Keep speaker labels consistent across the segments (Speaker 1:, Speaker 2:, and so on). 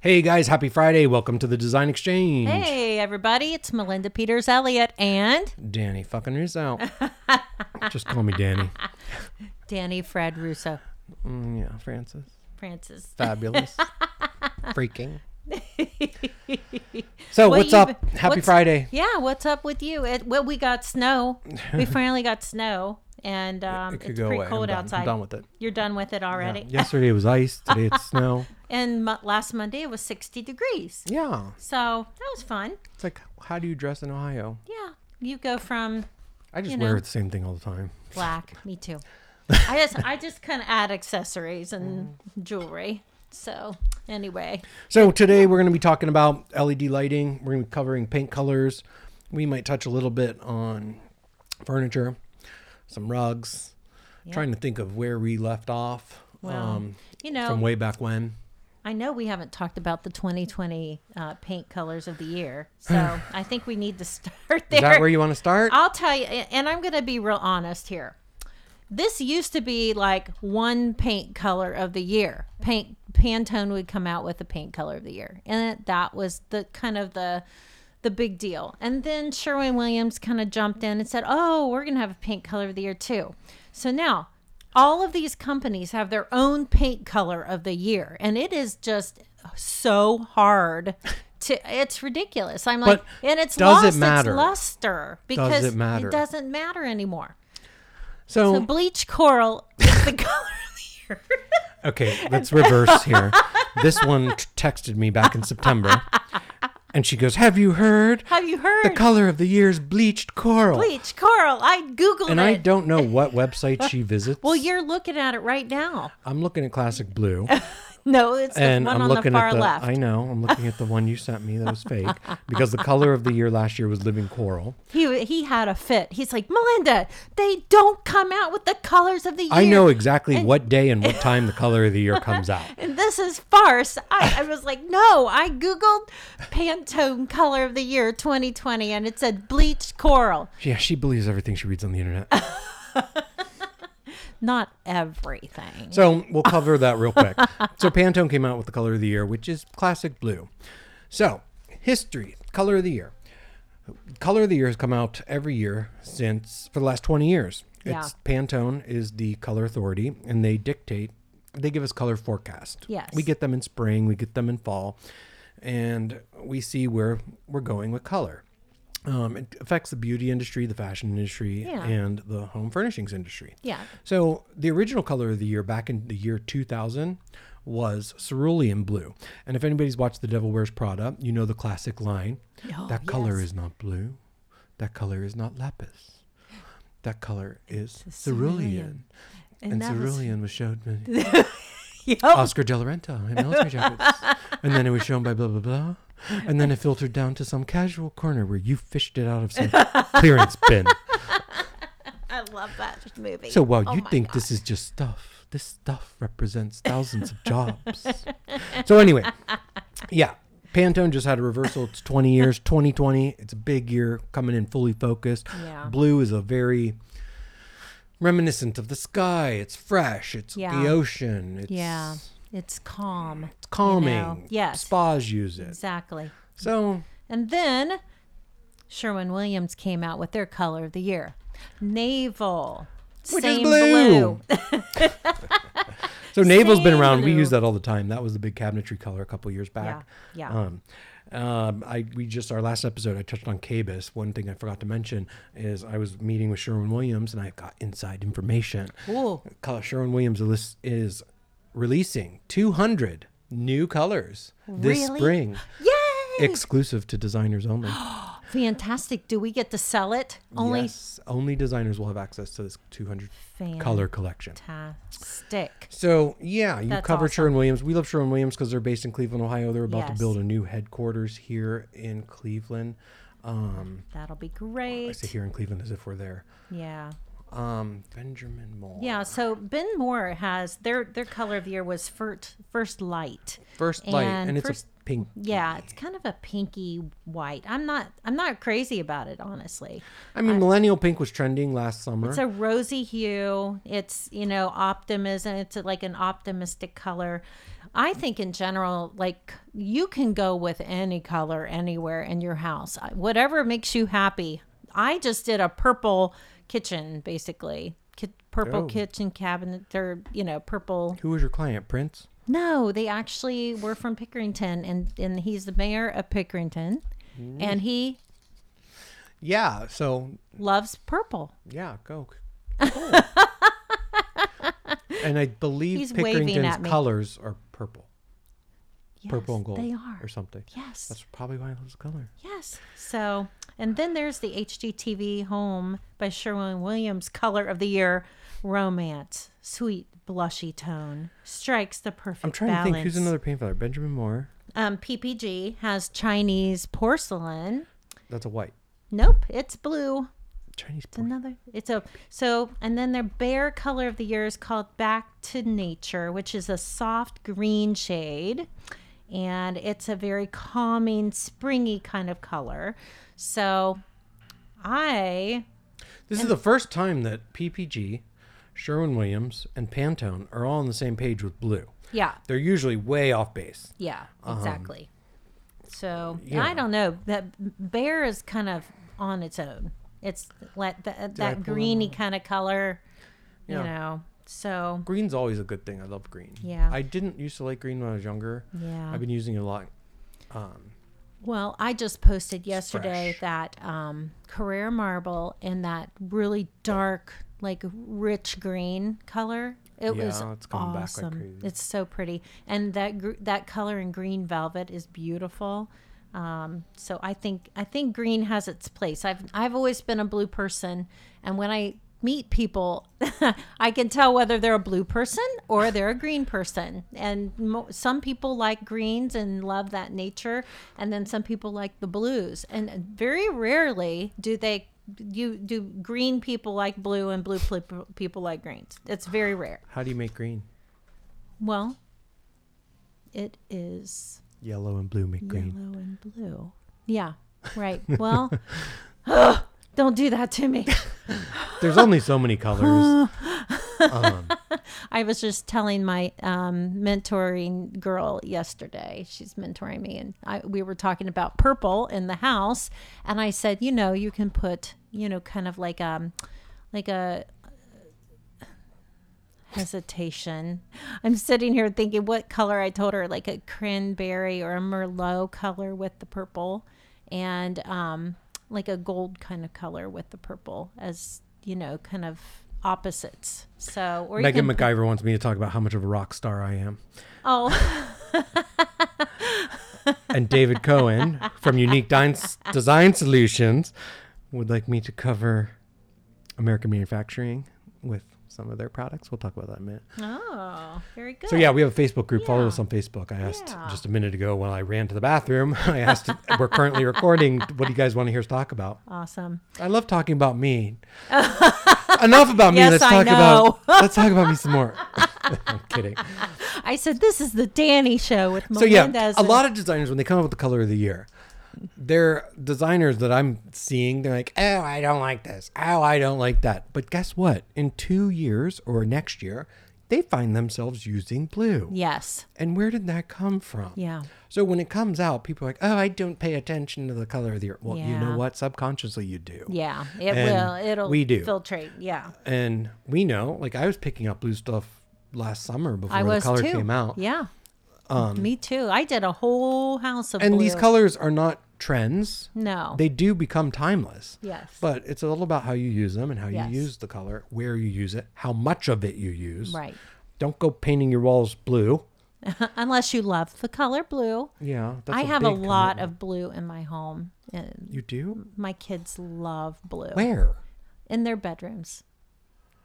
Speaker 1: Hey guys, happy Friday. Welcome to the Design Exchange.
Speaker 2: Hey, everybody, it's Melinda Peters Elliott and
Speaker 1: Danny fucking Russo. Just call me Danny.
Speaker 2: Danny Fred Russo.
Speaker 1: Mm, yeah, Francis.
Speaker 2: Francis.
Speaker 1: Fabulous. Freaking. so,
Speaker 2: What
Speaker 1: what's
Speaker 2: you-
Speaker 1: up? Happy
Speaker 2: what's-
Speaker 1: Friday.
Speaker 2: Yeah, what's up with you? It, well, we got snow. We finally got snow, and um, it's pretty
Speaker 1: I'm
Speaker 2: cold
Speaker 1: done. I'm
Speaker 2: outside.
Speaker 1: done with it.
Speaker 2: You're done with it
Speaker 1: Yeah.
Speaker 2: already.
Speaker 1: Yesterday it was ice. Today it's snow.
Speaker 2: And mo- last Monday it was 60 degrees.
Speaker 1: Yeah.
Speaker 2: So that was fun.
Speaker 1: It's like, how do you dress in Ohio?
Speaker 2: Yeah, you go from
Speaker 1: I just
Speaker 2: You
Speaker 1: wear
Speaker 2: know.
Speaker 1: the same thing all the time.
Speaker 2: black. Me too. I just I just kind of add accessories and jewelry. So anyway,
Speaker 1: So today we're going to be talking about LED lighting. We're going to be covering paint colors. We might touch a little bit on furniture, some rugs. Trying to think of where we left off
Speaker 2: Well,
Speaker 1: um,
Speaker 2: you know,
Speaker 1: from way back when.
Speaker 2: I know we haven't talked about the 2020 uh, paint colors of the year, so I think we need to start
Speaker 1: Is that
Speaker 2: there. Uh,
Speaker 1: where you want to start?
Speaker 2: I'll tell you, and I'm going to be real honest here. This used to be like one paint color of the year. Paint Pantone would come out with a paint color of the year, and that was the kind of the the big deal. And then Sherwin Williams kind of jumped in and said, "Oh, we're going to have a paint color of the year too." So now all of these companies have their own paint color of the year, and it is just so hard. To, it's ridiculous. I'm like,
Speaker 1: But
Speaker 2: and it's
Speaker 1: does it
Speaker 2: lost
Speaker 1: matter?
Speaker 2: its luster because
Speaker 1: it matter?
Speaker 2: doesn't matter anymore. The
Speaker 1: So,
Speaker 2: bleach coral is the color of the year.
Speaker 1: okay, let's reverse here. This one t- texted me back in September and she goes, Have you heard?
Speaker 2: Have you heard?
Speaker 1: The color of the year's bleached coral.
Speaker 2: bleach coral. I googled
Speaker 1: And
Speaker 2: it.
Speaker 1: I don't know what website she visits.
Speaker 2: well, you're looking at it right now.
Speaker 1: I'm looking at Classic Blue.
Speaker 2: No, it's the
Speaker 1: and
Speaker 2: one
Speaker 1: I'm
Speaker 2: on
Speaker 1: looking
Speaker 2: the far
Speaker 1: at the.
Speaker 2: left.
Speaker 1: I know. I'm looking at the one you sent me that was fake because the color of the year last year was living coral.
Speaker 2: He he had a fit. He's like, Melinda, they don't come out with the colors of the year.
Speaker 1: I know exactly what day and what time the color of the year comes out.
Speaker 2: And this is farce. I, I was like, no, I Googled Pantone color of the year 2020 and it said bleach coral.
Speaker 1: Yeah, she believes everything she reads on the internet.
Speaker 2: Not everything.
Speaker 1: So we'll cover that real quick. So Pantone came out with the color of the year, which is classic blue. So history, color of the year. Color of the year has come out every year since for the last 20 years. It's Pantone is the color authority and they dictate they give us color forecast.
Speaker 2: Yes.
Speaker 1: We get them in spring, we get them in fall, and we see where we're going with color. Um, it affects the beauty industry, the fashion industry,
Speaker 2: Yeah.
Speaker 1: and the home furnishings industry.
Speaker 2: Yeah.
Speaker 1: So the original color of the year back in the year 2000 was cerulean blue. And if anybody's watched The Devil Wears Prada, you know the classic line
Speaker 2: Oh,
Speaker 1: that color
Speaker 2: yes.
Speaker 1: is not blue, that color is not lapis, that color is cerulean. And,
Speaker 2: that was-
Speaker 1: cerulean was, showed by
Speaker 2: Yep.
Speaker 1: Oscar De La Renta in military jackets. and then it was shown by blah, blah, blah. And then it filtered down to some casual corner where you fished it out of some clearance bin.
Speaker 2: I love that movie.
Speaker 1: So while
Speaker 2: Oh
Speaker 1: you
Speaker 2: my
Speaker 1: think this is just stuff, this stuff represents thousands of jobs. so anyway, yeah, Pantone just had a reversal. It's 20 years, 2020. It's a big year coming in fully focused.
Speaker 2: Yeah.
Speaker 1: Blue is a very reminiscent of the sky. It's fresh. It's
Speaker 2: Yeah.
Speaker 1: the ocean. It's,
Speaker 2: Yeah, it's calm.
Speaker 1: It's calming.
Speaker 2: Yes.
Speaker 1: Spas use it.
Speaker 2: Exactly.
Speaker 1: So
Speaker 2: And then Sherwin Williams came out with their color of the year naval.
Speaker 1: Which is
Speaker 2: Same
Speaker 1: blue. So navel's been
Speaker 2: Same
Speaker 1: around. We
Speaker 2: blue.
Speaker 1: use that all the time. That was the big cabinetry color a couple years back.
Speaker 2: Yeah, yeah.
Speaker 1: Um, um, I we just our last episode I touched on Cabus. One thing I forgot to mention is I was meeting with Sherwin Williams and I got inside information.
Speaker 2: Ooh.
Speaker 1: Col- Sherwin Williams is, is releasing 200 new colors this
Speaker 2: Really?
Speaker 1: spring,
Speaker 2: Yay!
Speaker 1: exclusive to designers only.
Speaker 2: Fantastic. Do we get to sell it? Only
Speaker 1: yes, only designers will have access to this 200 color collection.
Speaker 2: fantastic.
Speaker 1: So yeah, you
Speaker 2: That's
Speaker 1: covered
Speaker 2: awesome.
Speaker 1: Sherwin Williams. We love Sherwin Williams because they're based in Cleveland, Ohio. They're about to
Speaker 2: Yes.
Speaker 1: build a new headquarters here in Cleveland. Um,
Speaker 2: That'll be
Speaker 1: I say
Speaker 2: great.
Speaker 1: here in Cleveland as if we're there.
Speaker 2: Yeah.
Speaker 1: Um, Benjamin Moore.
Speaker 2: Yeah, so Ben Moore has their their color of the year was first first light.
Speaker 1: First light, and,
Speaker 2: And
Speaker 1: it's
Speaker 2: first-
Speaker 1: a pink.
Speaker 2: Yeah, it's kind of a pinky white. I'm not I'm not crazy about it honestly.
Speaker 1: I mean, millennial pink was trending last summer.
Speaker 2: It's a rosy hue. It's you know optimism. It's like an optimistic color. I think in general, like you can go with any color anywhere in your house, I- whatever makes you happy. I just did a purple kitchen, basically. Ki- purple
Speaker 1: Oh.
Speaker 2: kitchen cabinet, or you know, purple.
Speaker 1: Who was your client, Prince?
Speaker 2: No, they actually were from Pickerington, and and he's the mayor of Pickerington,
Speaker 1: Mm.
Speaker 2: and he
Speaker 1: Yeah. So
Speaker 2: loves purple.
Speaker 1: yeah, go. and I believe
Speaker 2: He's waving at
Speaker 1: Pickerington's
Speaker 2: me.
Speaker 1: colors are purple,
Speaker 2: Yes,
Speaker 1: purple and gold,
Speaker 2: They are.
Speaker 1: or something.
Speaker 2: Yes.
Speaker 1: That's probably why I love the color.
Speaker 2: Yes. So, and then there's the HGTV Home by Sherwin Williams Color of the Year Romance. Sweet, blushy tone strikes the perfect
Speaker 1: I'm trying
Speaker 2: balance.
Speaker 1: to think who's another paint color. Benjamin Moore.
Speaker 2: Um, PPG has Chinese porcelain.
Speaker 1: That's a white.
Speaker 2: Nope, it's blue.
Speaker 1: Chinese.
Speaker 2: It's another. It's a so, and then their bear color of the year is called Back to Nature, which is a soft green shade, and it's a very calming, springy kind of color. So, I
Speaker 1: This is the first time that PPG, Sherwin Williams, and Pantone are all on the same page with blue.
Speaker 2: yeah
Speaker 1: They're usually way off base.
Speaker 2: yeah exactly. so
Speaker 1: Um, yeah.
Speaker 2: I don't know that bear is kind of on its own. It's let that
Speaker 1: I
Speaker 2: that
Speaker 1: pull
Speaker 2: greeny kind of color,
Speaker 1: Yeah.
Speaker 2: you know. So
Speaker 1: Green's always a good thing. I love green.
Speaker 2: Yeah.
Speaker 1: I didn't used to like green when I was younger.
Speaker 2: yeah.
Speaker 1: I've been using it a lot.
Speaker 2: Well, I just posted yesterday
Speaker 1: fresh.
Speaker 2: that um, Carrera marble in that really dark, like rich green color. It was
Speaker 1: Yeah, it's coming back like
Speaker 2: awesome.
Speaker 1: crazy.
Speaker 2: It's so pretty, and that gr- that color in green velvet is beautiful. Um, so I think I think green has its place. I've I've always been a blue person, and when I meet people, I can tell whether they're a blue person or they're a green person. And mo- some people like greens and love that nature, and then some people like the blues. And very rarely do they you do green people like blue and blue pl- people like greens. It's very rare.
Speaker 1: How do you make green?
Speaker 2: Well, it is
Speaker 1: Yellow and blue make green.
Speaker 2: Yellow and blue. Yeah, right. Well, don't do that to me.
Speaker 1: There's only so many colors. Um,
Speaker 2: I was just telling my um, mentoring girl yesterday. She's mentoring me, and I, we were talking about purple in the house. And I said, you know, you can put, you know, kind of like um, like a uh, hesitation. I'm sitting here thinking what color I told her, like a cranberry or a merlot color with the purple, and um, like a gold kind of color with the purple as you know, kind of opposites. So or
Speaker 1: Megan
Speaker 2: you can,
Speaker 1: McIver wants me to talk about how much of a rock star I am.
Speaker 2: oh
Speaker 1: And David Cohen from Unique Dine- Design Solutions would like me to cover American manufacturing with some of their products. We'll talk about that in a minute.
Speaker 2: oh very good.
Speaker 1: So yeah, we have a Facebook group. Follow
Speaker 2: Yeah.
Speaker 1: us on Facebook. I asked
Speaker 2: Yeah.
Speaker 1: just a minute ago while I ran to the bathroom. I asked. we're currently recording. What do you guys want to hear us talk about?
Speaker 2: awesome.
Speaker 1: I love talking about me. Enough about me.
Speaker 2: Yes,
Speaker 1: let's
Speaker 2: I
Speaker 1: talk
Speaker 2: know.
Speaker 1: about. Let's talk about me some more. I'm kidding.
Speaker 2: I said this is the Danny show with
Speaker 1: So yeah,
Speaker 2: Melendez.
Speaker 1: a lot of designers when they come up with the color of the year, they're designers that I'm seeing. They're like, oh, I don't like this. Oh, I don't like that. But guess what? In two years or next year, they find themselves using blue.
Speaker 2: yes.
Speaker 1: And where did that come from?
Speaker 2: Yeah.
Speaker 1: So when it comes out, people are like, "Oh, I don't pay attention to the color of the earth." Well, you know
Speaker 2: Yeah.
Speaker 1: what? Subconsciously, you do.
Speaker 2: Yeah. It
Speaker 1: And
Speaker 2: will. It'll
Speaker 1: we do.
Speaker 2: filtrate. Yeah.
Speaker 1: And we know. Like I was picking up blue stuff last summer before
Speaker 2: I
Speaker 1: the
Speaker 2: was
Speaker 1: color
Speaker 2: too.
Speaker 1: came out. Um,
Speaker 2: Yeah. Me too. I did a whole house of
Speaker 1: And
Speaker 2: blue.
Speaker 1: these colors are not trends.
Speaker 2: No.
Speaker 1: They do become timeless.
Speaker 2: Yes.
Speaker 1: But it's all about how you use them and how
Speaker 2: Yes.
Speaker 1: you use the color, where you use it, how much of it you use.
Speaker 2: right.
Speaker 1: Don't go painting your walls blue.
Speaker 2: Unless you love the color blue.
Speaker 1: Yeah.
Speaker 2: I
Speaker 1: a
Speaker 2: have a
Speaker 1: big
Speaker 2: lot
Speaker 1: commitment.
Speaker 2: of blue in my home. And
Speaker 1: You do?
Speaker 2: my kids love blue
Speaker 1: Where?
Speaker 2: in their bedrooms.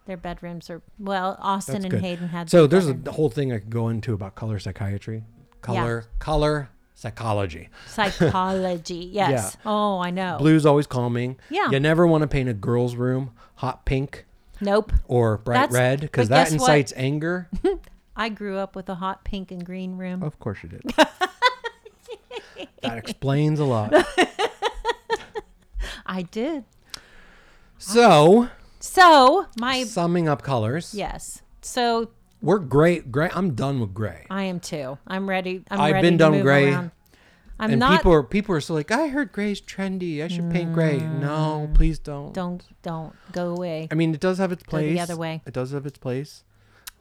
Speaker 2: Their bedrooms are well. Austin and
Speaker 1: good.
Speaker 2: Hayden had.
Speaker 1: So
Speaker 2: their
Speaker 1: there's
Speaker 2: bedroom-
Speaker 1: a whole thing I could go into about color psychiatry, color, color psychology.
Speaker 2: psychology. Yes. Oh, I know.
Speaker 1: Blue's always calming.
Speaker 2: Yeah.
Speaker 1: You never want to paint a girl's room hot pink
Speaker 2: Nope.
Speaker 1: or bright
Speaker 2: That's-
Speaker 1: red because
Speaker 2: but
Speaker 1: that
Speaker 2: guess what?
Speaker 1: incites anger.
Speaker 2: I grew up with a hot pink and green room.
Speaker 1: of course you did. that explains a lot.
Speaker 2: I did.
Speaker 1: So,
Speaker 2: So my
Speaker 1: summing up colors.
Speaker 2: yes. So
Speaker 1: We're gray. Gray. I'm done with gray.
Speaker 2: I am too. I'm ready. I'm
Speaker 1: I've
Speaker 2: ready
Speaker 1: been
Speaker 2: to
Speaker 1: done
Speaker 2: move
Speaker 1: gray,
Speaker 2: around. I'm
Speaker 1: and
Speaker 2: not.
Speaker 1: people are people are still like, I heard gray's trendy. I should paint gray. No, please don't.
Speaker 2: Mm. don't don't go away.
Speaker 1: I mean, it does have its
Speaker 2: the
Speaker 1: place.
Speaker 2: other way.
Speaker 1: It does have its place.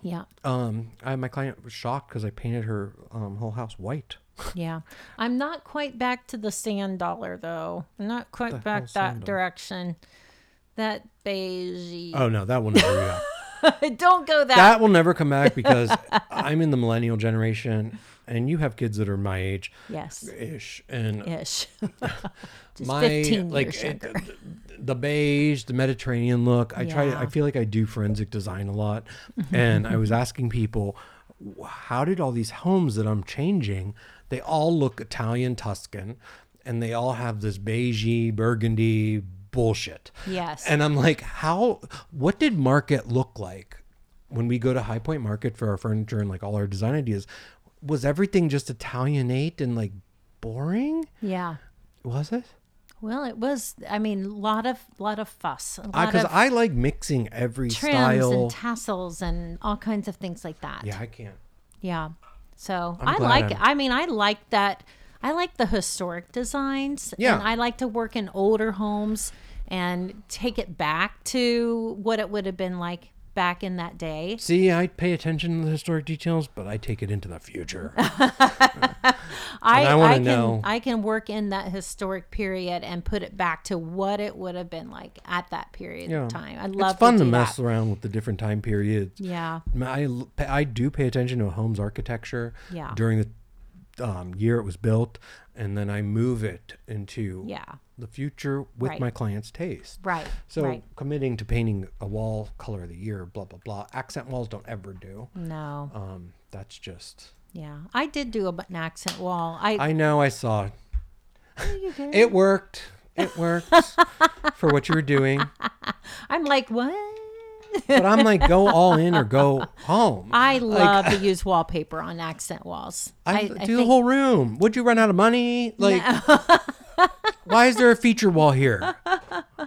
Speaker 2: Yeah,
Speaker 1: Um, I my client was shocked because I painted her um, whole house white.
Speaker 2: yeah. I'm not quite back to the sand dollar though. I'm not quite
Speaker 1: hell's
Speaker 2: back
Speaker 1: sand
Speaker 2: that
Speaker 1: dollar?
Speaker 2: direction. That beige.
Speaker 1: Oh no, that will never be back.
Speaker 2: don't go that.
Speaker 1: Uh, That will never come back because I'm in the millennial generation, and you have kids that are my age
Speaker 2: yes.
Speaker 1: ish, and
Speaker 2: Ish. Just
Speaker 1: my
Speaker 2: 15
Speaker 1: like
Speaker 2: years
Speaker 1: it-
Speaker 2: younger.
Speaker 1: th- the beige, the Mediterranean look. I try.
Speaker 2: Yeah. Mm-hmm.
Speaker 1: I feel like I do forensic design a lot, and I was asking people, "Wh- how did all these homes that I'm changing? They all look Italian Tuscan, and they all have this beigey burgundy bullshit.
Speaker 2: Yes.
Speaker 1: And I'm like, how? What did market look like when we go to High Point Market for our furniture and like all our design ideas? Was everything just Italianate and like boring?
Speaker 2: yeah.
Speaker 1: Was it?
Speaker 2: Well, it was. I mean, lot of lot of fuss. A lot
Speaker 1: because
Speaker 2: of
Speaker 1: Uh, I, like mixing every
Speaker 2: trims
Speaker 1: style.
Speaker 2: and tassels and all kinds of things like that.
Speaker 1: yeah, I can't.
Speaker 2: Yeah. So
Speaker 1: I'm
Speaker 2: i
Speaker 1: glad
Speaker 2: like.
Speaker 1: I'm-
Speaker 2: I mean, I like that. I like the historic designs.
Speaker 1: Yeah.
Speaker 2: And I like to work in older homes and take it back to what it would have been like back in that day.
Speaker 1: See, I pay attention to the historic details, but I take it into the future.
Speaker 2: I,
Speaker 1: I wanna
Speaker 2: can,
Speaker 1: know-
Speaker 2: I can work in that historic period and put it back to what it would have been like at that period
Speaker 1: Yeah.
Speaker 2: of time. I love
Speaker 1: it's fun
Speaker 2: to,
Speaker 1: to
Speaker 2: do
Speaker 1: mess
Speaker 2: that.
Speaker 1: around with the different time periods.
Speaker 2: Yeah.
Speaker 1: I mean, I, l- pa- I do pay attention to a home's architecture
Speaker 2: Yeah.
Speaker 1: during the um, year it was built, and then I move it into
Speaker 2: Yeah.
Speaker 1: the future with
Speaker 2: Right.
Speaker 1: my client's taste.
Speaker 2: Right.
Speaker 1: So
Speaker 2: right.
Speaker 1: committing to painting a wall color of the year, blah blah blah. Accent walls don't ever do.
Speaker 2: No.
Speaker 1: Um, that's just.
Speaker 2: Yeah. I did do a, an accent wall. I,
Speaker 1: I know. I saw it.
Speaker 2: you did.
Speaker 1: It worked. It worked for what you were doing.
Speaker 2: I'm like, what?
Speaker 1: But I'm like, go all in or go home.
Speaker 2: I
Speaker 1: Like,
Speaker 2: love to use wallpaper on accent walls.
Speaker 1: I,
Speaker 2: I, I
Speaker 1: do
Speaker 2: think,
Speaker 1: the whole room. Would you run out of money? Like, why is there a feature wall here?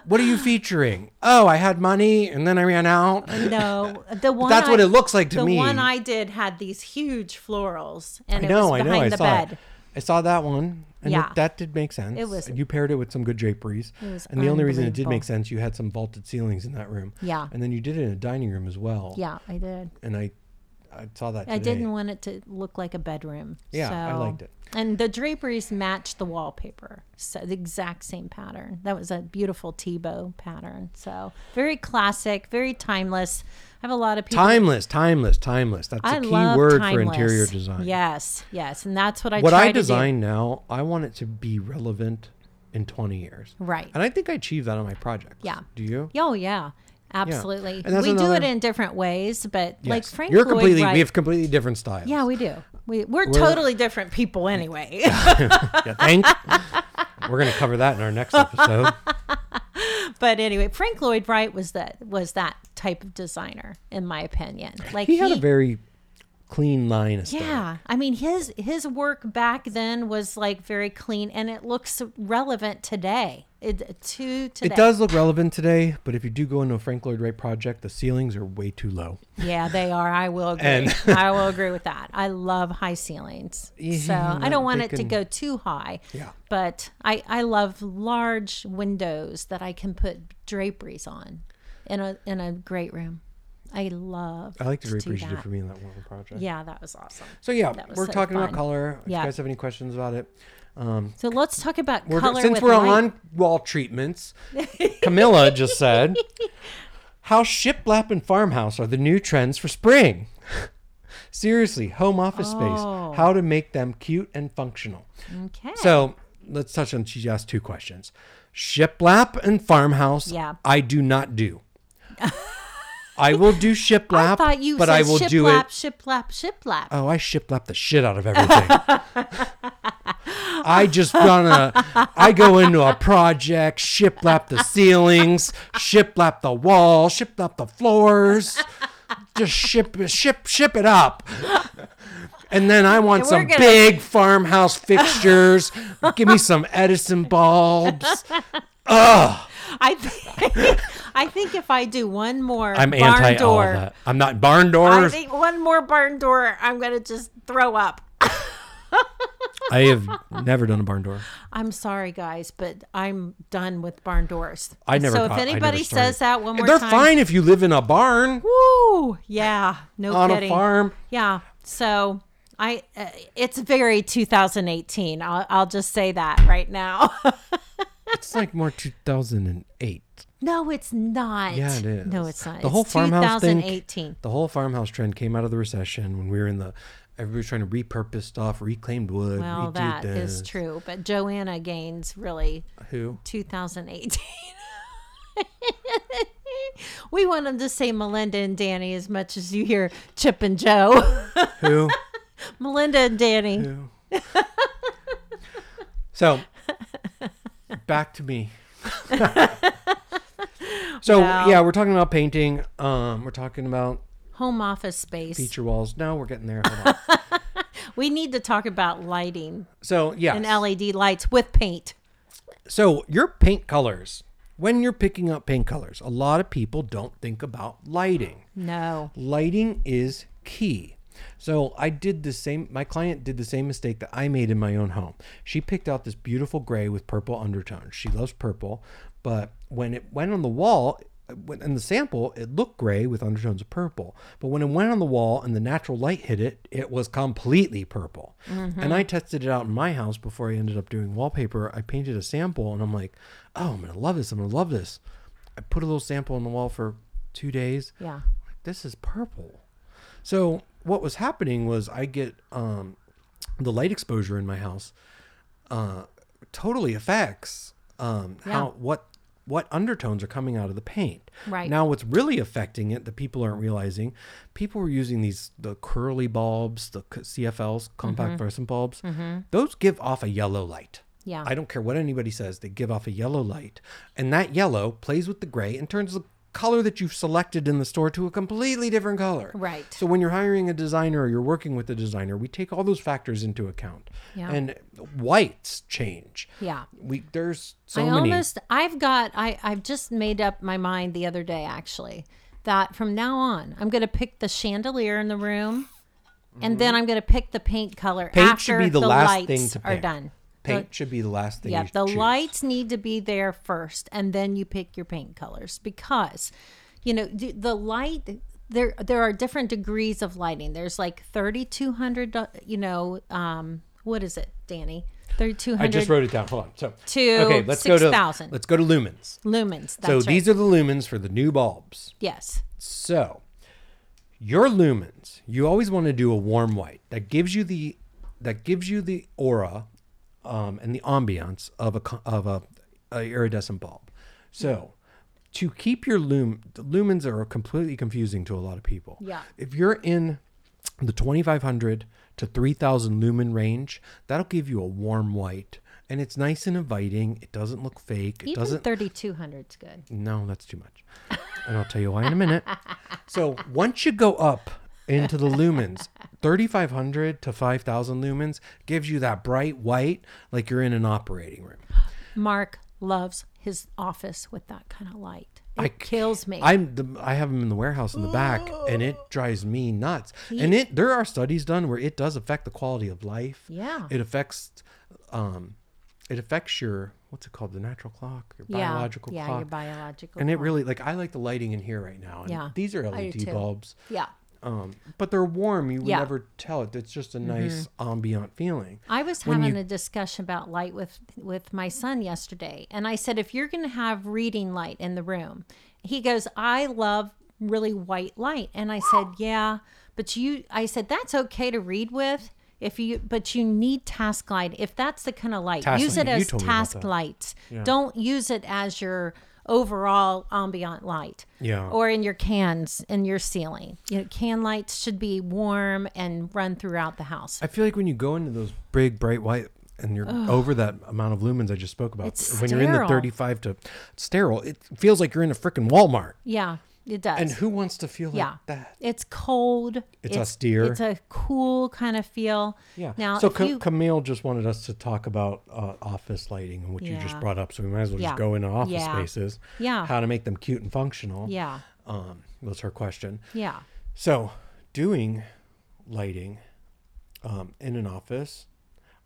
Speaker 1: What are you featuring? Oh, I had money and then I ran out.
Speaker 2: no, the one
Speaker 1: That's
Speaker 2: I,
Speaker 1: what it looks like to
Speaker 2: the
Speaker 1: me.
Speaker 2: one I did had these huge florals, and
Speaker 1: I
Speaker 2: it
Speaker 1: know.
Speaker 2: was
Speaker 1: I
Speaker 2: behind
Speaker 1: know. I
Speaker 2: the
Speaker 1: saw
Speaker 2: bed.
Speaker 1: it. I saw that one, and
Speaker 2: Yeah.
Speaker 1: it- that did make sense.
Speaker 2: It was-
Speaker 1: you paired it with some good draperies,
Speaker 2: It was
Speaker 1: and the only reason it did make
Speaker 2: unbelievable.
Speaker 1: sense, you had some vaulted ceilings in that room.
Speaker 2: Yeah.
Speaker 1: and then you did it in a dining room as well.
Speaker 2: Yeah, I did.
Speaker 1: and I, I saw that. Today.
Speaker 2: I didn't want it to look like a bedroom.
Speaker 1: Yeah, I
Speaker 2: so-
Speaker 1: liked it.
Speaker 2: And the draperies matched the wallpaper, so the exact same pattern. That was a beautiful Tebow pattern. So very classic, very timeless. I have a lot of people.
Speaker 1: Timeless, timeless, timeless. That's
Speaker 2: I
Speaker 1: a key
Speaker 2: love
Speaker 1: word for
Speaker 2: timeless.
Speaker 1: interior design.
Speaker 2: Yes, yes, and that's what I
Speaker 1: What
Speaker 2: try
Speaker 1: I
Speaker 2: to do.
Speaker 1: design now, I want it to be relevant in 20 years.
Speaker 2: Right.
Speaker 1: And I think I achieve that on my projects.
Speaker 2: Yeah.
Speaker 1: Do you?
Speaker 2: Oh yeah, absolutely.
Speaker 1: And that's
Speaker 2: We do it
Speaker 1: another-
Speaker 2: in different ways, but like
Speaker 1: Yes.
Speaker 2: Frank
Speaker 1: You're
Speaker 2: Lloyd
Speaker 1: completely,
Speaker 2: Wright.
Speaker 1: we have completely different styles.
Speaker 2: yeah, we do. We we're, totally different people anyway.
Speaker 1: Yeah, thank. We're going to cover that in our next episode.
Speaker 2: but anyway, Frank Lloyd Wright was that was that type of designer, in my opinion. Like
Speaker 1: He had a very clean line of stuff.
Speaker 2: yeah. I mean his his work back then was like very clean, and it looks relevant today. It to today.
Speaker 1: It does look relevant today, but if you do go into a Frank Lloyd Wright project, the ceilings are way too low.
Speaker 2: Yeah, they are. I will agree.
Speaker 1: And-
Speaker 2: I will agree with that. I love high ceilings. So
Speaker 1: Yeah,
Speaker 2: I don't want
Speaker 1: they
Speaker 2: it to
Speaker 1: can-
Speaker 2: go too high.
Speaker 1: Yeah.
Speaker 2: But I, I love large windows that I can put draperies on in a in a great room. I love
Speaker 1: I like the
Speaker 2: to do
Speaker 1: draperies you did
Speaker 2: that.
Speaker 1: for me in that one project.
Speaker 2: Yeah, that was awesome.
Speaker 1: So yeah,
Speaker 2: That was
Speaker 1: we're
Speaker 2: so
Speaker 1: talking about
Speaker 2: fun.
Speaker 1: color. If
Speaker 2: Yeah.
Speaker 1: you guys have any questions about it,
Speaker 2: So let's talk about
Speaker 1: we're,
Speaker 2: color.
Speaker 1: since
Speaker 2: with
Speaker 1: we're
Speaker 2: light.
Speaker 1: on wall treatments, Camilla just said, "How shiplap and farmhouse are the new trends for spring." Seriously, home office
Speaker 2: Oh.
Speaker 1: space. How to make them cute and functional.
Speaker 2: Okay.
Speaker 1: So let's touch on. She asked two questions: shiplap and farmhouse.
Speaker 2: Yeah.
Speaker 1: I do not do. I will do shiplap,
Speaker 2: I thought you
Speaker 1: but
Speaker 2: said
Speaker 1: I will
Speaker 2: shiplap,
Speaker 1: do it
Speaker 2: shiplap, shiplap.
Speaker 1: Oh, I shiplap the shit out of everything. I just wanna. I go into a project, shiplap the ceilings, shiplap the wall, shiplap the floors. Just ship, ship, ship it up. And then I want
Speaker 2: we're
Speaker 1: some
Speaker 2: gonna-
Speaker 1: big farmhouse fixtures. Give me some Edison bulbs.
Speaker 2: I think I think if I do one more
Speaker 1: I'm
Speaker 2: barn
Speaker 1: anti
Speaker 2: door,
Speaker 1: all of that. I'm not barn
Speaker 2: I
Speaker 1: doors.
Speaker 2: think one more barn door, I'm gonna just throw up.
Speaker 1: I have never done a barn door.
Speaker 2: I'm sorry, guys, but I'm done with barn doors.
Speaker 1: I never.
Speaker 2: So
Speaker 1: got-
Speaker 2: if
Speaker 1: I never
Speaker 2: anybody
Speaker 1: started.
Speaker 2: says that one more
Speaker 1: they're
Speaker 2: time,
Speaker 1: fine if you live in a barn
Speaker 2: Woo! Yeah, no
Speaker 1: on
Speaker 2: kidding.
Speaker 1: a farm.
Speaker 2: Yeah. So I, uh, it's very 2018. I'll, I'll just say that right now.
Speaker 1: It's like more 2008.
Speaker 2: no, it's not.
Speaker 1: Yeah, it is.
Speaker 2: No, it's not.
Speaker 1: The
Speaker 2: It's
Speaker 1: whole farmhouse thing-
Speaker 2: 2018.
Speaker 1: The whole farmhouse trend came out of the recession when we were in the everybody's trying to repurpose stuff, reclaimed wood.
Speaker 2: Well,
Speaker 1: redo
Speaker 2: that is
Speaker 1: this.
Speaker 2: true. But Joanna Gaines really
Speaker 1: Who?
Speaker 2: 2018. we want them to say Melinda and Danny as much as you hear Chip and Joe.
Speaker 1: Who?
Speaker 2: Melinda and Danny.
Speaker 1: Who? so, back to me. so
Speaker 2: Well.
Speaker 1: yeah, we're talking about painting. Um, we're talking about
Speaker 2: Home office space.
Speaker 1: feature walls. No, we're getting there. Hold on.
Speaker 2: We need to talk about lighting
Speaker 1: So yeah,
Speaker 2: and LED lights with paint.
Speaker 1: So your paint colors. When you're picking up paint colors, a lot of people don't think about lighting.
Speaker 2: No.
Speaker 1: Lighting is key. So I did the same. My client did the same mistake that I made in my own home. She picked out this beautiful gray with purple undertones. She loves purple, but when it went on the wall, when- in the sample, it looked gray with undertones of purple. But when it went on the wall and the natural light hit it, it was completely purple. And I tested it out in my house before I ended up doing wallpaper. I painted a sample, and I'm like, "Oh, I'm gonna love this. I'm gonna love this." I put a little sample on the wall for two days
Speaker 2: Yeah.
Speaker 1: like, this is purple. So what was happening was I get um, the light exposure in my house uh, totally affects um, how
Speaker 2: Yeah.
Speaker 1: what what undertones are coming out of the paint.
Speaker 2: Right.
Speaker 1: Now what's really affecting it that people aren't realizing, people were using these the curly bulbs, the c- CFLs, compact
Speaker 2: Mm-hmm.
Speaker 1: fluorescent bulbs. Those give off a yellow light.
Speaker 2: Yeah.
Speaker 1: I don't care what anybody says, they give off a yellow light. And that yellow plays with the gray and turns the color that you've selected in the store to a completely different color.
Speaker 2: Right.
Speaker 1: So when you're hiring a designer or you're working with a designer, we take all those factors into account.
Speaker 2: Yeah.
Speaker 1: And whites change.
Speaker 2: Yeah.
Speaker 1: We there's so
Speaker 2: I
Speaker 1: many
Speaker 2: almost I've got I I've just made up my mind the other day actually that from now on I'm going to pick the chandelier in the room and then I'm going to pick the paint color
Speaker 1: Mm-hmm. paint
Speaker 2: after
Speaker 1: should be the,
Speaker 2: the
Speaker 1: last
Speaker 2: lights
Speaker 1: thing to pick.
Speaker 2: are done. The-
Speaker 1: Paint should be the last thing.
Speaker 2: yeah,
Speaker 1: you
Speaker 2: the
Speaker 1: choose.
Speaker 2: lights need to be there first, and then you pick your paint colors because, you know, d- the light there there are different degrees of lighting. There's like thirty two hundred, uh, you know, um, what is it, Danny? Thirty two
Speaker 1: I just
Speaker 2: hundred
Speaker 1: wrote it down. Hold on. So
Speaker 2: To
Speaker 1: okay, let's go to
Speaker 2: 6,000.
Speaker 1: let's go to lumens.
Speaker 2: lumens. That's
Speaker 1: so
Speaker 2: right.
Speaker 1: these are the lumens for the new bulbs.
Speaker 2: yes,
Speaker 1: So, your lumens, you always want to do a warm white that gives you the that gives you the aura um, and the ambiance of a co- of a, a iridescent bulb. So, to keep your lum the lumens are completely confusing to a lot of people.
Speaker 2: Yeah.
Speaker 1: If you're in the 2500 to 3000 lumen range, that'll give you a warm white and it's nice and inviting. It doesn't look fake. It
Speaker 2: even
Speaker 1: doesn't
Speaker 2: thirty two hundred's good.
Speaker 1: no, that's too much. And I'll tell you why in a minute. So once you go up into the lumens, 3,500 to 5,000 lumens gives you that bright white like you're in an operating room.
Speaker 2: Mark loves his office with that kind of light. It
Speaker 1: I c-
Speaker 2: kills me.
Speaker 1: I'm the, I have them in the warehouse in the back, and it drives me nuts. And it there are studies done where it does affect the quality of life.
Speaker 2: Yeah.
Speaker 1: it affects, um, it affects your what's it called the natural clock, your
Speaker 2: yeah,
Speaker 1: biological
Speaker 2: yeah,
Speaker 1: clock.
Speaker 2: your biological.
Speaker 1: and it
Speaker 2: clock.
Speaker 1: really like I like the lighting in here right now. And
Speaker 2: Yeah,
Speaker 1: these are
Speaker 2: I do
Speaker 1: LED
Speaker 2: too.
Speaker 1: bulbs.
Speaker 2: yeah.
Speaker 1: Um, but they're warm. You would
Speaker 2: Yeah. Mm-hmm.
Speaker 1: never tell it. It's just a nice ambient feeling.
Speaker 2: I was
Speaker 1: when
Speaker 2: having
Speaker 1: you-
Speaker 2: a discussion about light with with my son yesterday, and I said if you're going to have reading light in the room, he goes, "I love really white light." And I said, "Yeah, but you I said that's okay to read with if you but you need task light. If that's the kind of light,
Speaker 1: Task
Speaker 2: use
Speaker 1: light.
Speaker 2: it
Speaker 1: You
Speaker 2: as
Speaker 1: told me about
Speaker 2: task
Speaker 1: that.
Speaker 2: lights. Don't use it as your overall ambient light."
Speaker 1: Yeah.
Speaker 2: Or in your cans in your ceiling. You know, can lights should be warm and run throughout the house.
Speaker 1: I feel like when you go into those big bright white and you're over that amount of lumens I just spoke about,
Speaker 2: It's
Speaker 1: when you're in the
Speaker 2: sterile.
Speaker 1: 35 to sterile, it feels like you're in a freaking Walmart.
Speaker 2: Yeah. It does.
Speaker 1: And who wants to feel like
Speaker 2: Yeah.
Speaker 1: that?
Speaker 2: It's cold.
Speaker 1: It's austere.
Speaker 2: It's a cool kind of feel.
Speaker 1: Yeah.
Speaker 2: Now,
Speaker 1: so
Speaker 2: if
Speaker 1: Ca-
Speaker 2: you-
Speaker 1: Camille just wanted us to talk about uh, office lighting and what you just
Speaker 2: Yeah.
Speaker 1: brought up. So we might as well just
Speaker 2: Yeah.
Speaker 1: go into office
Speaker 2: Yeah.
Speaker 1: spaces.
Speaker 2: Yeah.
Speaker 1: How to make them cute and functional.
Speaker 2: yeah,
Speaker 1: Um, was her question.
Speaker 2: yeah,
Speaker 1: So, doing lighting um, in an office,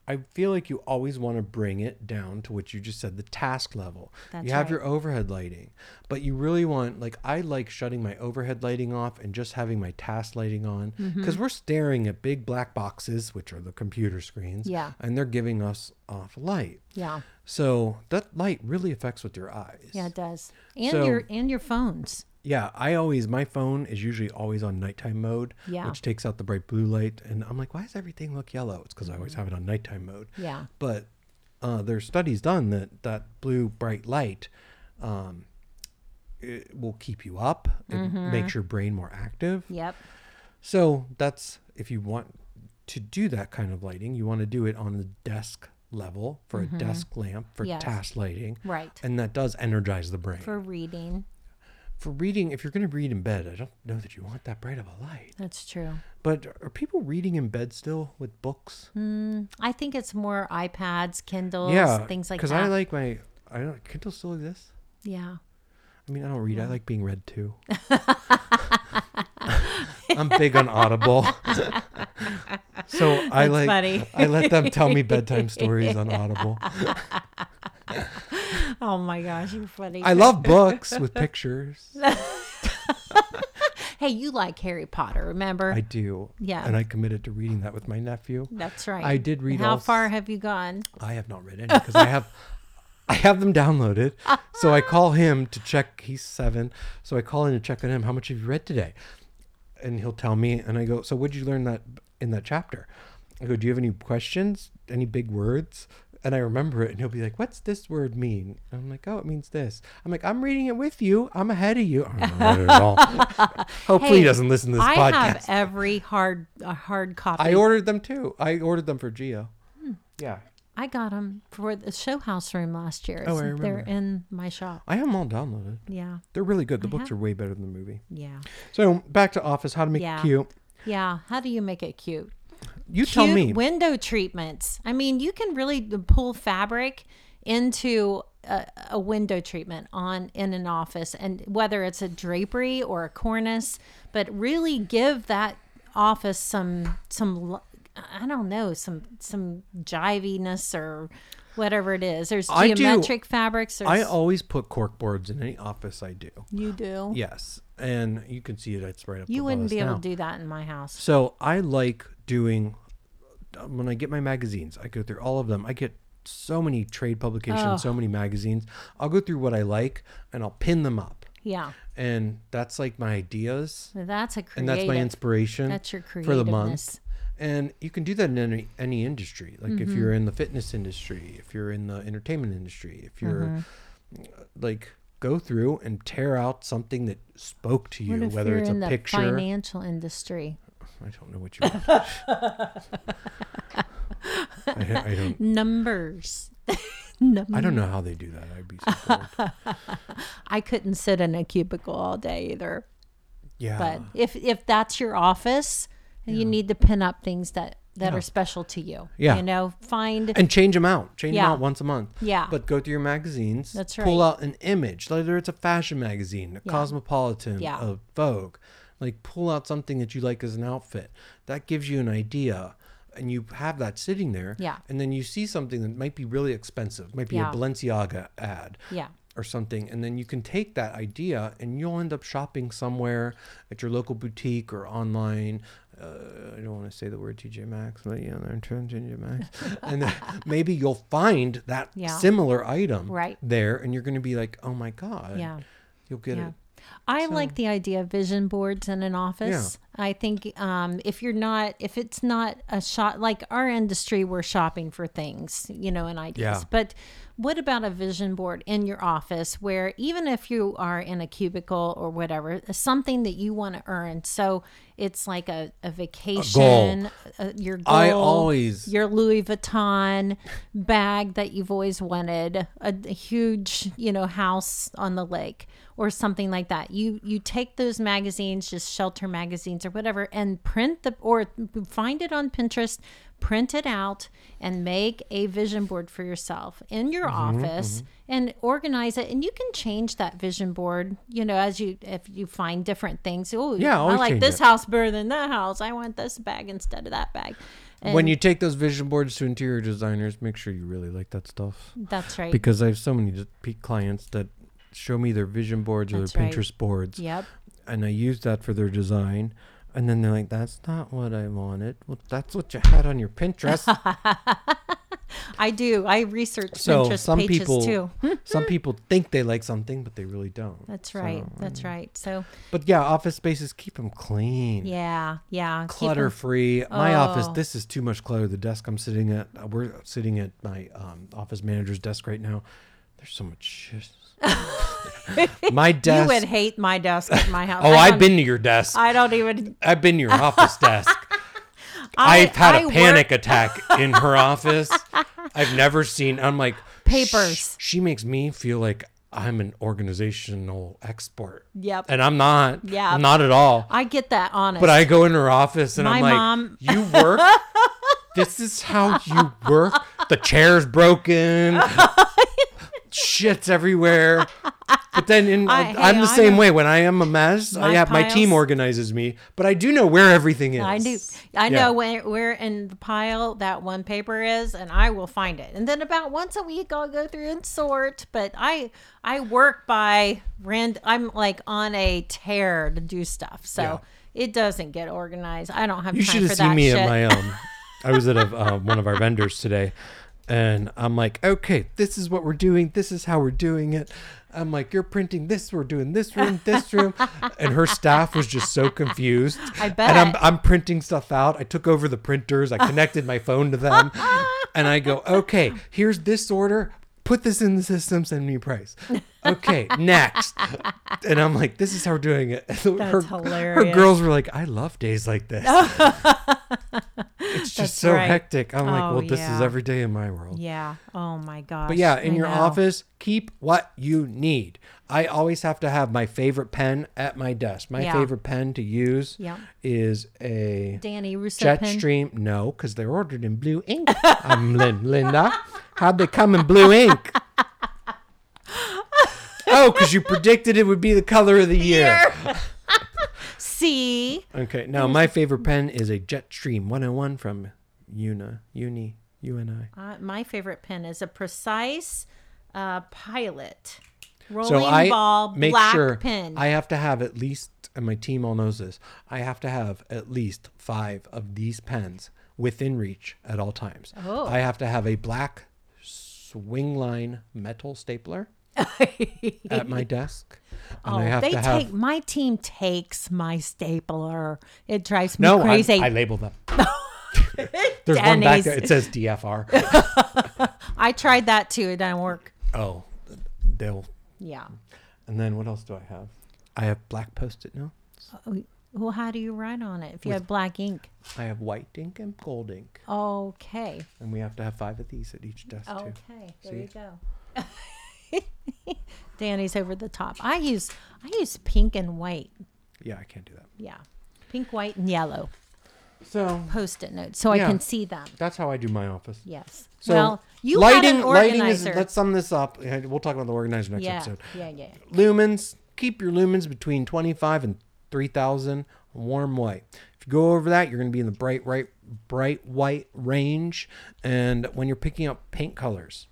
Speaker 1: I feel like you always want to bring it down to what you just said the task level.
Speaker 2: That's
Speaker 1: you have
Speaker 2: right.
Speaker 1: your overhead lighting, but you really want, like, I like shutting my overhead lighting off and just having my task lighting on
Speaker 2: Mm-hmm.
Speaker 1: because we're staring at big black boxes, which are the computer screens,
Speaker 2: Yeah.
Speaker 1: and they're giving us off light.
Speaker 2: yeah,
Speaker 1: So, that light really affects with your eyes.
Speaker 2: yeah. It does. And
Speaker 1: So-
Speaker 2: your and your phones.
Speaker 1: Yeah, I always my phone is usually always on nighttime mode,
Speaker 2: Yeah.
Speaker 1: which takes out the bright blue light, and I'm like, why does everything look yellow? It's because I always have it on nighttime mode.
Speaker 2: Mm-hmm. Yeah.
Speaker 1: But uh, there's studies done that that blue bright light um, it will keep you up. It
Speaker 2: Mm-hmm.
Speaker 1: makes your brain more active.
Speaker 2: Yep.
Speaker 1: So that's if you want to do that kind of lighting, you want to do it on the desk level for a desk lamp for
Speaker 2: Mm-hmm. Yes.
Speaker 1: task lighting,
Speaker 2: Right.
Speaker 1: and that does energize the brain
Speaker 2: For reading,
Speaker 1: for reading, if you're going to read in bed, I don't know that you want that bright of a light.
Speaker 2: that's true.
Speaker 1: But are people reading in bed still with books?
Speaker 2: Mm. I think it's more iPads, Kindles, things like that.
Speaker 1: Because I like my, I don't. Kindle still exists.
Speaker 2: yeah.
Speaker 1: I mean, I don't read. I like being read to. I'm big on Audible, so I
Speaker 2: That's
Speaker 1: like.
Speaker 2: funny.
Speaker 1: I let them tell me bedtime stories on Audible.
Speaker 2: Oh my gosh, you're funny.
Speaker 1: I love books with pictures.
Speaker 2: hey, you like Harry Potter, remember?
Speaker 1: I do.
Speaker 2: Yeah.
Speaker 1: And I committed to reading that with my nephew.
Speaker 2: that's right.
Speaker 1: I did read
Speaker 2: How
Speaker 1: all s-
Speaker 2: far have you gone?
Speaker 1: I have not read any because I have I have them downloaded. So I call him to check. He's seven, so I call in to check on him. How much have you read today? And he'll tell me, and I go. So what did you learn that in that chapter? I go. Do you have any questions? Any big words? And I remember it, and he'll be like, "What's this word mean?" And I'm like, "Oh, it means this." I'm like, "I'm reading it with you. I'm ahead of you." I don't know it at all. Hopefully, he
Speaker 2: Hey,
Speaker 1: doesn't listen to this
Speaker 2: I
Speaker 1: podcast.
Speaker 2: have every hard a hard copy.
Speaker 1: I ordered them too. I ordered them for Geo.
Speaker 2: Hmm.
Speaker 1: Yeah,
Speaker 2: I got them for the show house room last year.
Speaker 1: Oh, I
Speaker 2: It's- They're
Speaker 1: remember.
Speaker 2: in my shop.
Speaker 1: I have them all downloaded.
Speaker 2: Yeah,
Speaker 1: They're really good. The books
Speaker 2: have-
Speaker 1: are way better than the movie.
Speaker 2: yeah,
Speaker 1: So back to Office, how to make
Speaker 2: Yeah.
Speaker 1: it cute.
Speaker 2: yeah. How do you make it cute?
Speaker 1: You tell
Speaker 2: Cute
Speaker 1: me.
Speaker 2: Window treatments. I mean, you can really pull fabric into a, a window treatment on in an office, and whether it's a drapery or a cornice, but really give that office some some. l- I don't know some some jiviness or whatever it is. There's
Speaker 1: I do-
Speaker 2: geometric fabrics. There's,
Speaker 1: I always put cork boards in any office I do.
Speaker 2: you do.
Speaker 1: Yes, and you can see it. It's right up.
Speaker 2: You
Speaker 1: above
Speaker 2: wouldn't
Speaker 1: us
Speaker 2: be
Speaker 1: now.
Speaker 2: able to do that in my house.
Speaker 1: So I like doing um, when I get my magazines. I go through all of them. I get so many trade publications,
Speaker 2: Oh.
Speaker 1: so many magazines. I'll go through what I like and I'll pin them up,
Speaker 2: Yeah.
Speaker 1: and that's like my ideas.
Speaker 2: So That's a creative.
Speaker 1: and that's my inspiration
Speaker 2: That's your
Speaker 1: for the month
Speaker 2: creativeness.
Speaker 1: and you can do that in any, any industry like if
Speaker 2: Mm-hmm.
Speaker 1: you're in the fitness industry if you're in the entertainment industry if you're
Speaker 2: Mm-hmm.
Speaker 1: uh, like go through and tear out something that spoke to you
Speaker 2: What if
Speaker 1: whether
Speaker 2: you're
Speaker 1: it's
Speaker 2: in
Speaker 1: a
Speaker 2: the
Speaker 1: picture
Speaker 2: financial industry?
Speaker 1: i don't know what you want. I, I don't
Speaker 2: Numbers. Num-
Speaker 1: i don't know how they do that i'd be so bored.
Speaker 2: I couldn't sit in a cubicle all day either.
Speaker 1: yeah
Speaker 2: But if if that's your office, then you need to pin up things that that are special to you.
Speaker 1: Yeah.
Speaker 2: You know, find
Speaker 1: and change them out. Change
Speaker 2: Yeah.
Speaker 1: them out once a month.
Speaker 2: Yeah.
Speaker 1: But go through your magazines.
Speaker 2: That's
Speaker 1: Pull
Speaker 2: right.
Speaker 1: out an image, whether it's a fashion magazine, a Cosmopolitan,
Speaker 2: Yeah.
Speaker 1: a Vogue. Like pull out something that you like as an outfit. That gives you an idea, and you have that sitting there.
Speaker 2: Yeah.
Speaker 1: And then you see something that might be really expensive, might be
Speaker 2: Yeah.
Speaker 1: a Balenciaga ad.
Speaker 2: Yeah.
Speaker 1: Or something, and then you can take that idea, and you'll end up shopping somewhere at your local boutique or online. Uh, I don't want to say the word TJ Maxx, but you know they're in TJ Maxx, and then maybe you'll find that
Speaker 2: Yeah.
Speaker 1: similar item
Speaker 2: Right.
Speaker 1: there, and you're going to be like, "Oh my god!"
Speaker 2: Yeah.
Speaker 1: you'll get
Speaker 2: Yeah.
Speaker 1: it.
Speaker 2: I like the idea of vision boards in an office. I think um, if you're not, if it's not a shot, like our industry, we're shopping for things, you know, and ideas.
Speaker 1: Yeah.
Speaker 2: But what about a vision board in your office where even if you are in a cubicle or whatever, something that you want to earn? So it's like a, a vacation, uh, your goal,
Speaker 1: I always-
Speaker 2: your Louis Vuitton bag that you've always wanted, a, a huge, you know, house on the lake or something like that. You you take those magazines, just shelter magazines or whatever and print the or find it on Pinterest, print it out and make a vision board for yourself in your
Speaker 1: Mm-hmm,
Speaker 2: office and organize it and you can change that vision board, you know, as you if you find different things. Oh,
Speaker 1: Yeah,
Speaker 2: I
Speaker 1: always
Speaker 2: like
Speaker 1: change
Speaker 2: this
Speaker 1: it.
Speaker 2: house better than that house. I want this bag instead of that bag. And
Speaker 1: when you take those vision boards to interior designers, make sure you really like that stuff
Speaker 2: that's right.
Speaker 1: because I have so many just pe- clients that show me their vision boards or
Speaker 2: That's
Speaker 1: their
Speaker 2: right.
Speaker 1: Pinterest boards,
Speaker 2: Yep.
Speaker 1: and I use that for their design. And then they're like, "That's not what I wanted." Well, that's what you had on your Pinterest.
Speaker 2: I do. I research
Speaker 1: so
Speaker 2: Pinterest
Speaker 1: some
Speaker 2: pages
Speaker 1: people,
Speaker 2: too.
Speaker 1: some people think they like something, but they really don't.
Speaker 2: That's right.
Speaker 1: So, mm.
Speaker 2: That's right. So
Speaker 1: But yeah, office spaces keep them clean.
Speaker 2: yeah, yeah. keep 'em-
Speaker 1: clutter free. My office,
Speaker 2: Oh.
Speaker 1: this is too much clutter. The desk I'm sitting at, uh, we're sitting at my um, office manager's desk right now. There's so much shit. my
Speaker 2: You
Speaker 1: desk.
Speaker 2: would hate my desk at my house.
Speaker 1: oh,
Speaker 2: I
Speaker 1: I've
Speaker 2: don't-
Speaker 1: been to your desk. I,
Speaker 2: I don't even.
Speaker 1: have been to your office desk.
Speaker 2: I,
Speaker 1: I've had
Speaker 2: I
Speaker 1: a
Speaker 2: work-
Speaker 1: panic attack in her office. I've never seen. I'm like
Speaker 2: Papers.
Speaker 1: "Shh." she makes me feel like I'm an organizational expert.
Speaker 2: Yep.
Speaker 1: And I'm not.
Speaker 2: Yeah.
Speaker 1: I'm not at all.
Speaker 2: I get that honest.
Speaker 1: But I go in her office and I'm
Speaker 2: My
Speaker 1: like,
Speaker 2: mom-
Speaker 1: "You work? this is how you work? The chair's broken. Shit's everywhere." But then in,
Speaker 2: I-
Speaker 1: I,
Speaker 2: hey,
Speaker 1: am the
Speaker 2: I
Speaker 1: same
Speaker 2: know.
Speaker 1: way. When I am a mess, I
Speaker 2: My
Speaker 1: have my team
Speaker 2: piles-
Speaker 1: organizes me, but I do know where everything is.
Speaker 2: I do. I
Speaker 1: Yeah.
Speaker 2: know where, where in the pile that one paper is, and I will find it. And then about once a week, I'll go through and sort. But I I work by rand. I'm like on a tear to do stuff, so
Speaker 1: Yeah.
Speaker 2: it doesn't get organized. I don't have
Speaker 1: You should
Speaker 2: time
Speaker 1: have
Speaker 2: for
Speaker 1: seen
Speaker 2: that
Speaker 1: me
Speaker 2: shit.
Speaker 1: at my um. I was at a, uh, one of our vendors today, and I'm like, okay, this is what we're doing. This is how we're doing it. I'm like, you're printing this. We're doing this room, this room, and her staff was just so confused.
Speaker 2: I
Speaker 1: And I'm
Speaker 2: bet.
Speaker 1: I'm printing stuff out. I took over the printers. I connected my phone to them, and I go, okay, here's this order. Put this in the system. Send me a price. Okay, next. And I'm like, this is how we're doing it. That's Her
Speaker 2: hilarious.
Speaker 1: girls were like, I love days like this it's just
Speaker 2: That's
Speaker 1: so
Speaker 2: right.
Speaker 1: hectic. I'm like,
Speaker 2: Oh,
Speaker 1: well, this is
Speaker 2: yeah.
Speaker 1: every day in my world.
Speaker 2: Yeah. Oh my gosh.
Speaker 1: But yeah, in
Speaker 2: I
Speaker 1: your
Speaker 2: know.
Speaker 1: office, keep what you need. I always have to have my favorite pen at my desk. My
Speaker 2: Yeah.
Speaker 1: favorite pen to use
Speaker 2: Yeah.
Speaker 1: is a
Speaker 2: Danny Russo pen.
Speaker 1: Jetstream. No, because they're ordered in blue ink. I'm Lin- Linda. How'd they come in blue ink? oh, because you predicted it would be the color of the year.
Speaker 2: See,
Speaker 1: Okay, now my favorite pen is a Jetstream 101 from Una, Uni, UNI.
Speaker 2: uh, my favorite pen is a precise uh, pilot rolling
Speaker 1: So I
Speaker 2: ball
Speaker 1: make
Speaker 2: black
Speaker 1: sure
Speaker 2: pen.
Speaker 1: I have to have at least, and my team all knows this. I have to have at least five of these pens within reach at all times.
Speaker 2: Oh.
Speaker 1: I have to have a black swing line metal stapler at my desk, and
Speaker 2: oh,
Speaker 1: I have
Speaker 2: they
Speaker 1: to
Speaker 2: take
Speaker 1: have
Speaker 2: my team takes my stapler. It drives me
Speaker 1: no. I,
Speaker 2: crazy.
Speaker 1: I label them. There's one back
Speaker 2: Denny's.
Speaker 1: there. It says DFR.
Speaker 2: I tried that too. It didn't work.
Speaker 1: oh, they'll.
Speaker 2: Yeah.
Speaker 1: And then what else do I have? I have black post-it notes.
Speaker 2: Oh, Well, how do you write on it if you have black ink?
Speaker 1: I have white ink and gold ink,
Speaker 2: Okay.
Speaker 1: and we have to have five of these at each desk too.
Speaker 2: Okay, there you
Speaker 1: See?
Speaker 2: go. Danny's over the top. I use I use pink and white.
Speaker 1: Yeah, I can't do that.
Speaker 2: Yeah. Pink, white, and yellow
Speaker 1: So
Speaker 2: post-it notes so
Speaker 1: Yeah.
Speaker 2: I can see them.
Speaker 1: that's how I do my office.
Speaker 2: Yes.
Speaker 1: So
Speaker 2: well, you had an organizer.
Speaker 1: lighting is. Let's sum this up. and We'll talk about the organizer next
Speaker 2: yeah,
Speaker 1: episode.
Speaker 2: yeah, yeah.
Speaker 1: Lumens. Keep your lumens between twenty-five and three thousand. Warm white. If you go over that, you're going to be in the bright, right, bright white range. And when you're picking up paint colors,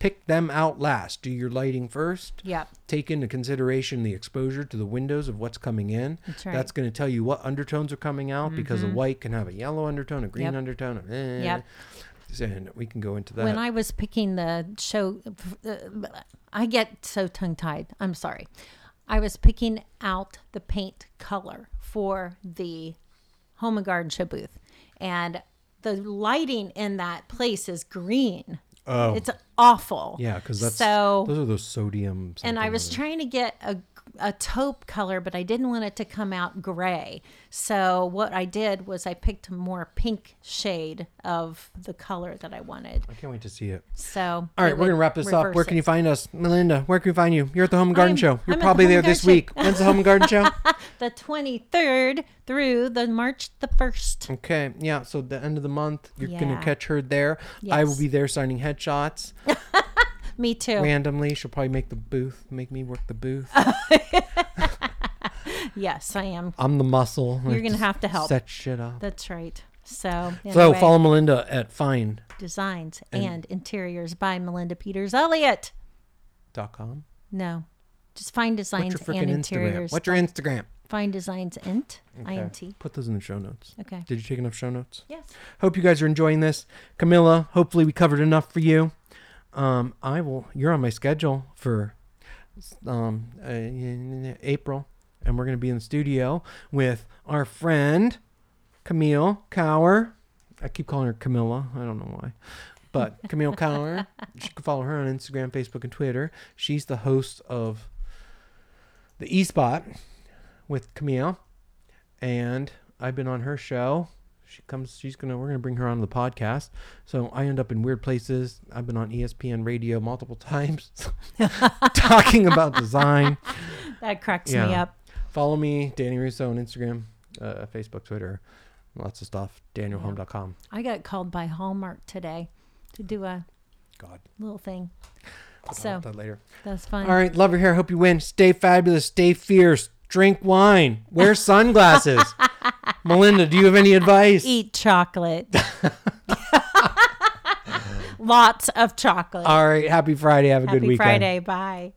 Speaker 1: pick them out last. Do your lighting first.
Speaker 2: Yep.
Speaker 1: take into consideration the exposure to the windows of what's coming in.
Speaker 2: That's right. Mm-hmm.
Speaker 1: going to tell you what undertones are coming out because a white can have a yellow undertone, a green
Speaker 2: Yep.
Speaker 1: undertone, and, eh,
Speaker 2: Yep.
Speaker 1: and we can go into that.
Speaker 2: When I was picking the show, uh, I get so tongue tied. I'm sorry. I was picking out the paint color for the Home and Garden Show booth, and the lighting in that place is green. Oh, it's awful.
Speaker 1: Yeah, because that's
Speaker 2: so.
Speaker 1: those are those sodium.
Speaker 2: and I
Speaker 1: something
Speaker 2: was
Speaker 1: or-
Speaker 2: trying to get a a taupe color, but I didn't want it to come out gray. So what I did was I picked a more pink shade of the color that I wanted.
Speaker 1: I can't wait to see it.
Speaker 2: So
Speaker 1: All
Speaker 2: it
Speaker 1: right, we're
Speaker 2: would
Speaker 1: gonna wrap this up.
Speaker 2: reverse
Speaker 1: Where can
Speaker 2: it.
Speaker 1: you find us, Melinda? Where can we find you? You're at the Home and Garden
Speaker 2: I'm-
Speaker 1: Show.
Speaker 2: I'm
Speaker 1: You're
Speaker 2: at the
Speaker 1: probably
Speaker 2: Home
Speaker 1: there
Speaker 2: and
Speaker 1: this
Speaker 2: Garden
Speaker 1: week.
Speaker 2: Show.
Speaker 1: When's the Home and Garden Show?
Speaker 2: the twenty third through the March the first?
Speaker 1: Okay, yeah. So the end of the month, you're gonna
Speaker 2: Yeah.
Speaker 1: catch her there. I will
Speaker 2: Yes. Oh.
Speaker 1: be there signing headshots Mm-hmm.
Speaker 2: Me too.
Speaker 1: randomly. She'll probably make the booth, make me work the booth.
Speaker 2: Yes, I am.
Speaker 1: I'm the muscle. I
Speaker 2: You're gonna have to help.
Speaker 1: set shit up.
Speaker 2: That's right. So
Speaker 1: So
Speaker 2: anyway,
Speaker 1: follow Melinda at find.com.
Speaker 2: designs and, interiors by Melinda Peters Elliott. No, just find
Speaker 1: What's
Speaker 2: designs
Speaker 1: your
Speaker 2: and
Speaker 1: freaking Instagram?
Speaker 2: interiors.
Speaker 1: What's your Instagram?
Speaker 2: Find designs int int.
Speaker 1: Put those in the show notes.
Speaker 2: Okay.
Speaker 1: Did you take enough show notes?
Speaker 2: Yes.
Speaker 1: Hope you guys are enjoying this. Camilla, hopefully we covered enough for you. Um, I will. You're on my schedule for um, uh, in April, and we're gonna be in the studio with our friend Camille Cower. I keep calling her Camilla. I don't know why, but Camille Cower. You can follow her on Instagram, Facebook, and Twitter. She's the host of the E Spot with Camille, and I've been on her show. She comes. She's gonna. We're gonna bring her on the podcast. So I end up in weird places. I've been on E ESPN radio multiple times, talking about design.
Speaker 2: That cracks me
Speaker 1: Yeah.
Speaker 2: up.
Speaker 1: Follow me, Danny Russo, on Instagram, uh, Facebook, Twitter, lots of stuff. DanielHome.com.
Speaker 2: I got called by Hallmark today to do a
Speaker 1: God,
Speaker 2: little thing.
Speaker 1: I'll talk
Speaker 2: So-
Speaker 1: about that later.
Speaker 2: That's fun.
Speaker 1: All right, love your hair. Hope you win. Stay fabulous. Stay fierce. Drink wine. Wear sunglasses. Melinda, do you have any advice?
Speaker 2: Eat chocolate. Lots of chocolate.
Speaker 1: All right. Happy Friday. Have a
Speaker 2: Happy
Speaker 1: good weekend.
Speaker 2: Friday. Bye.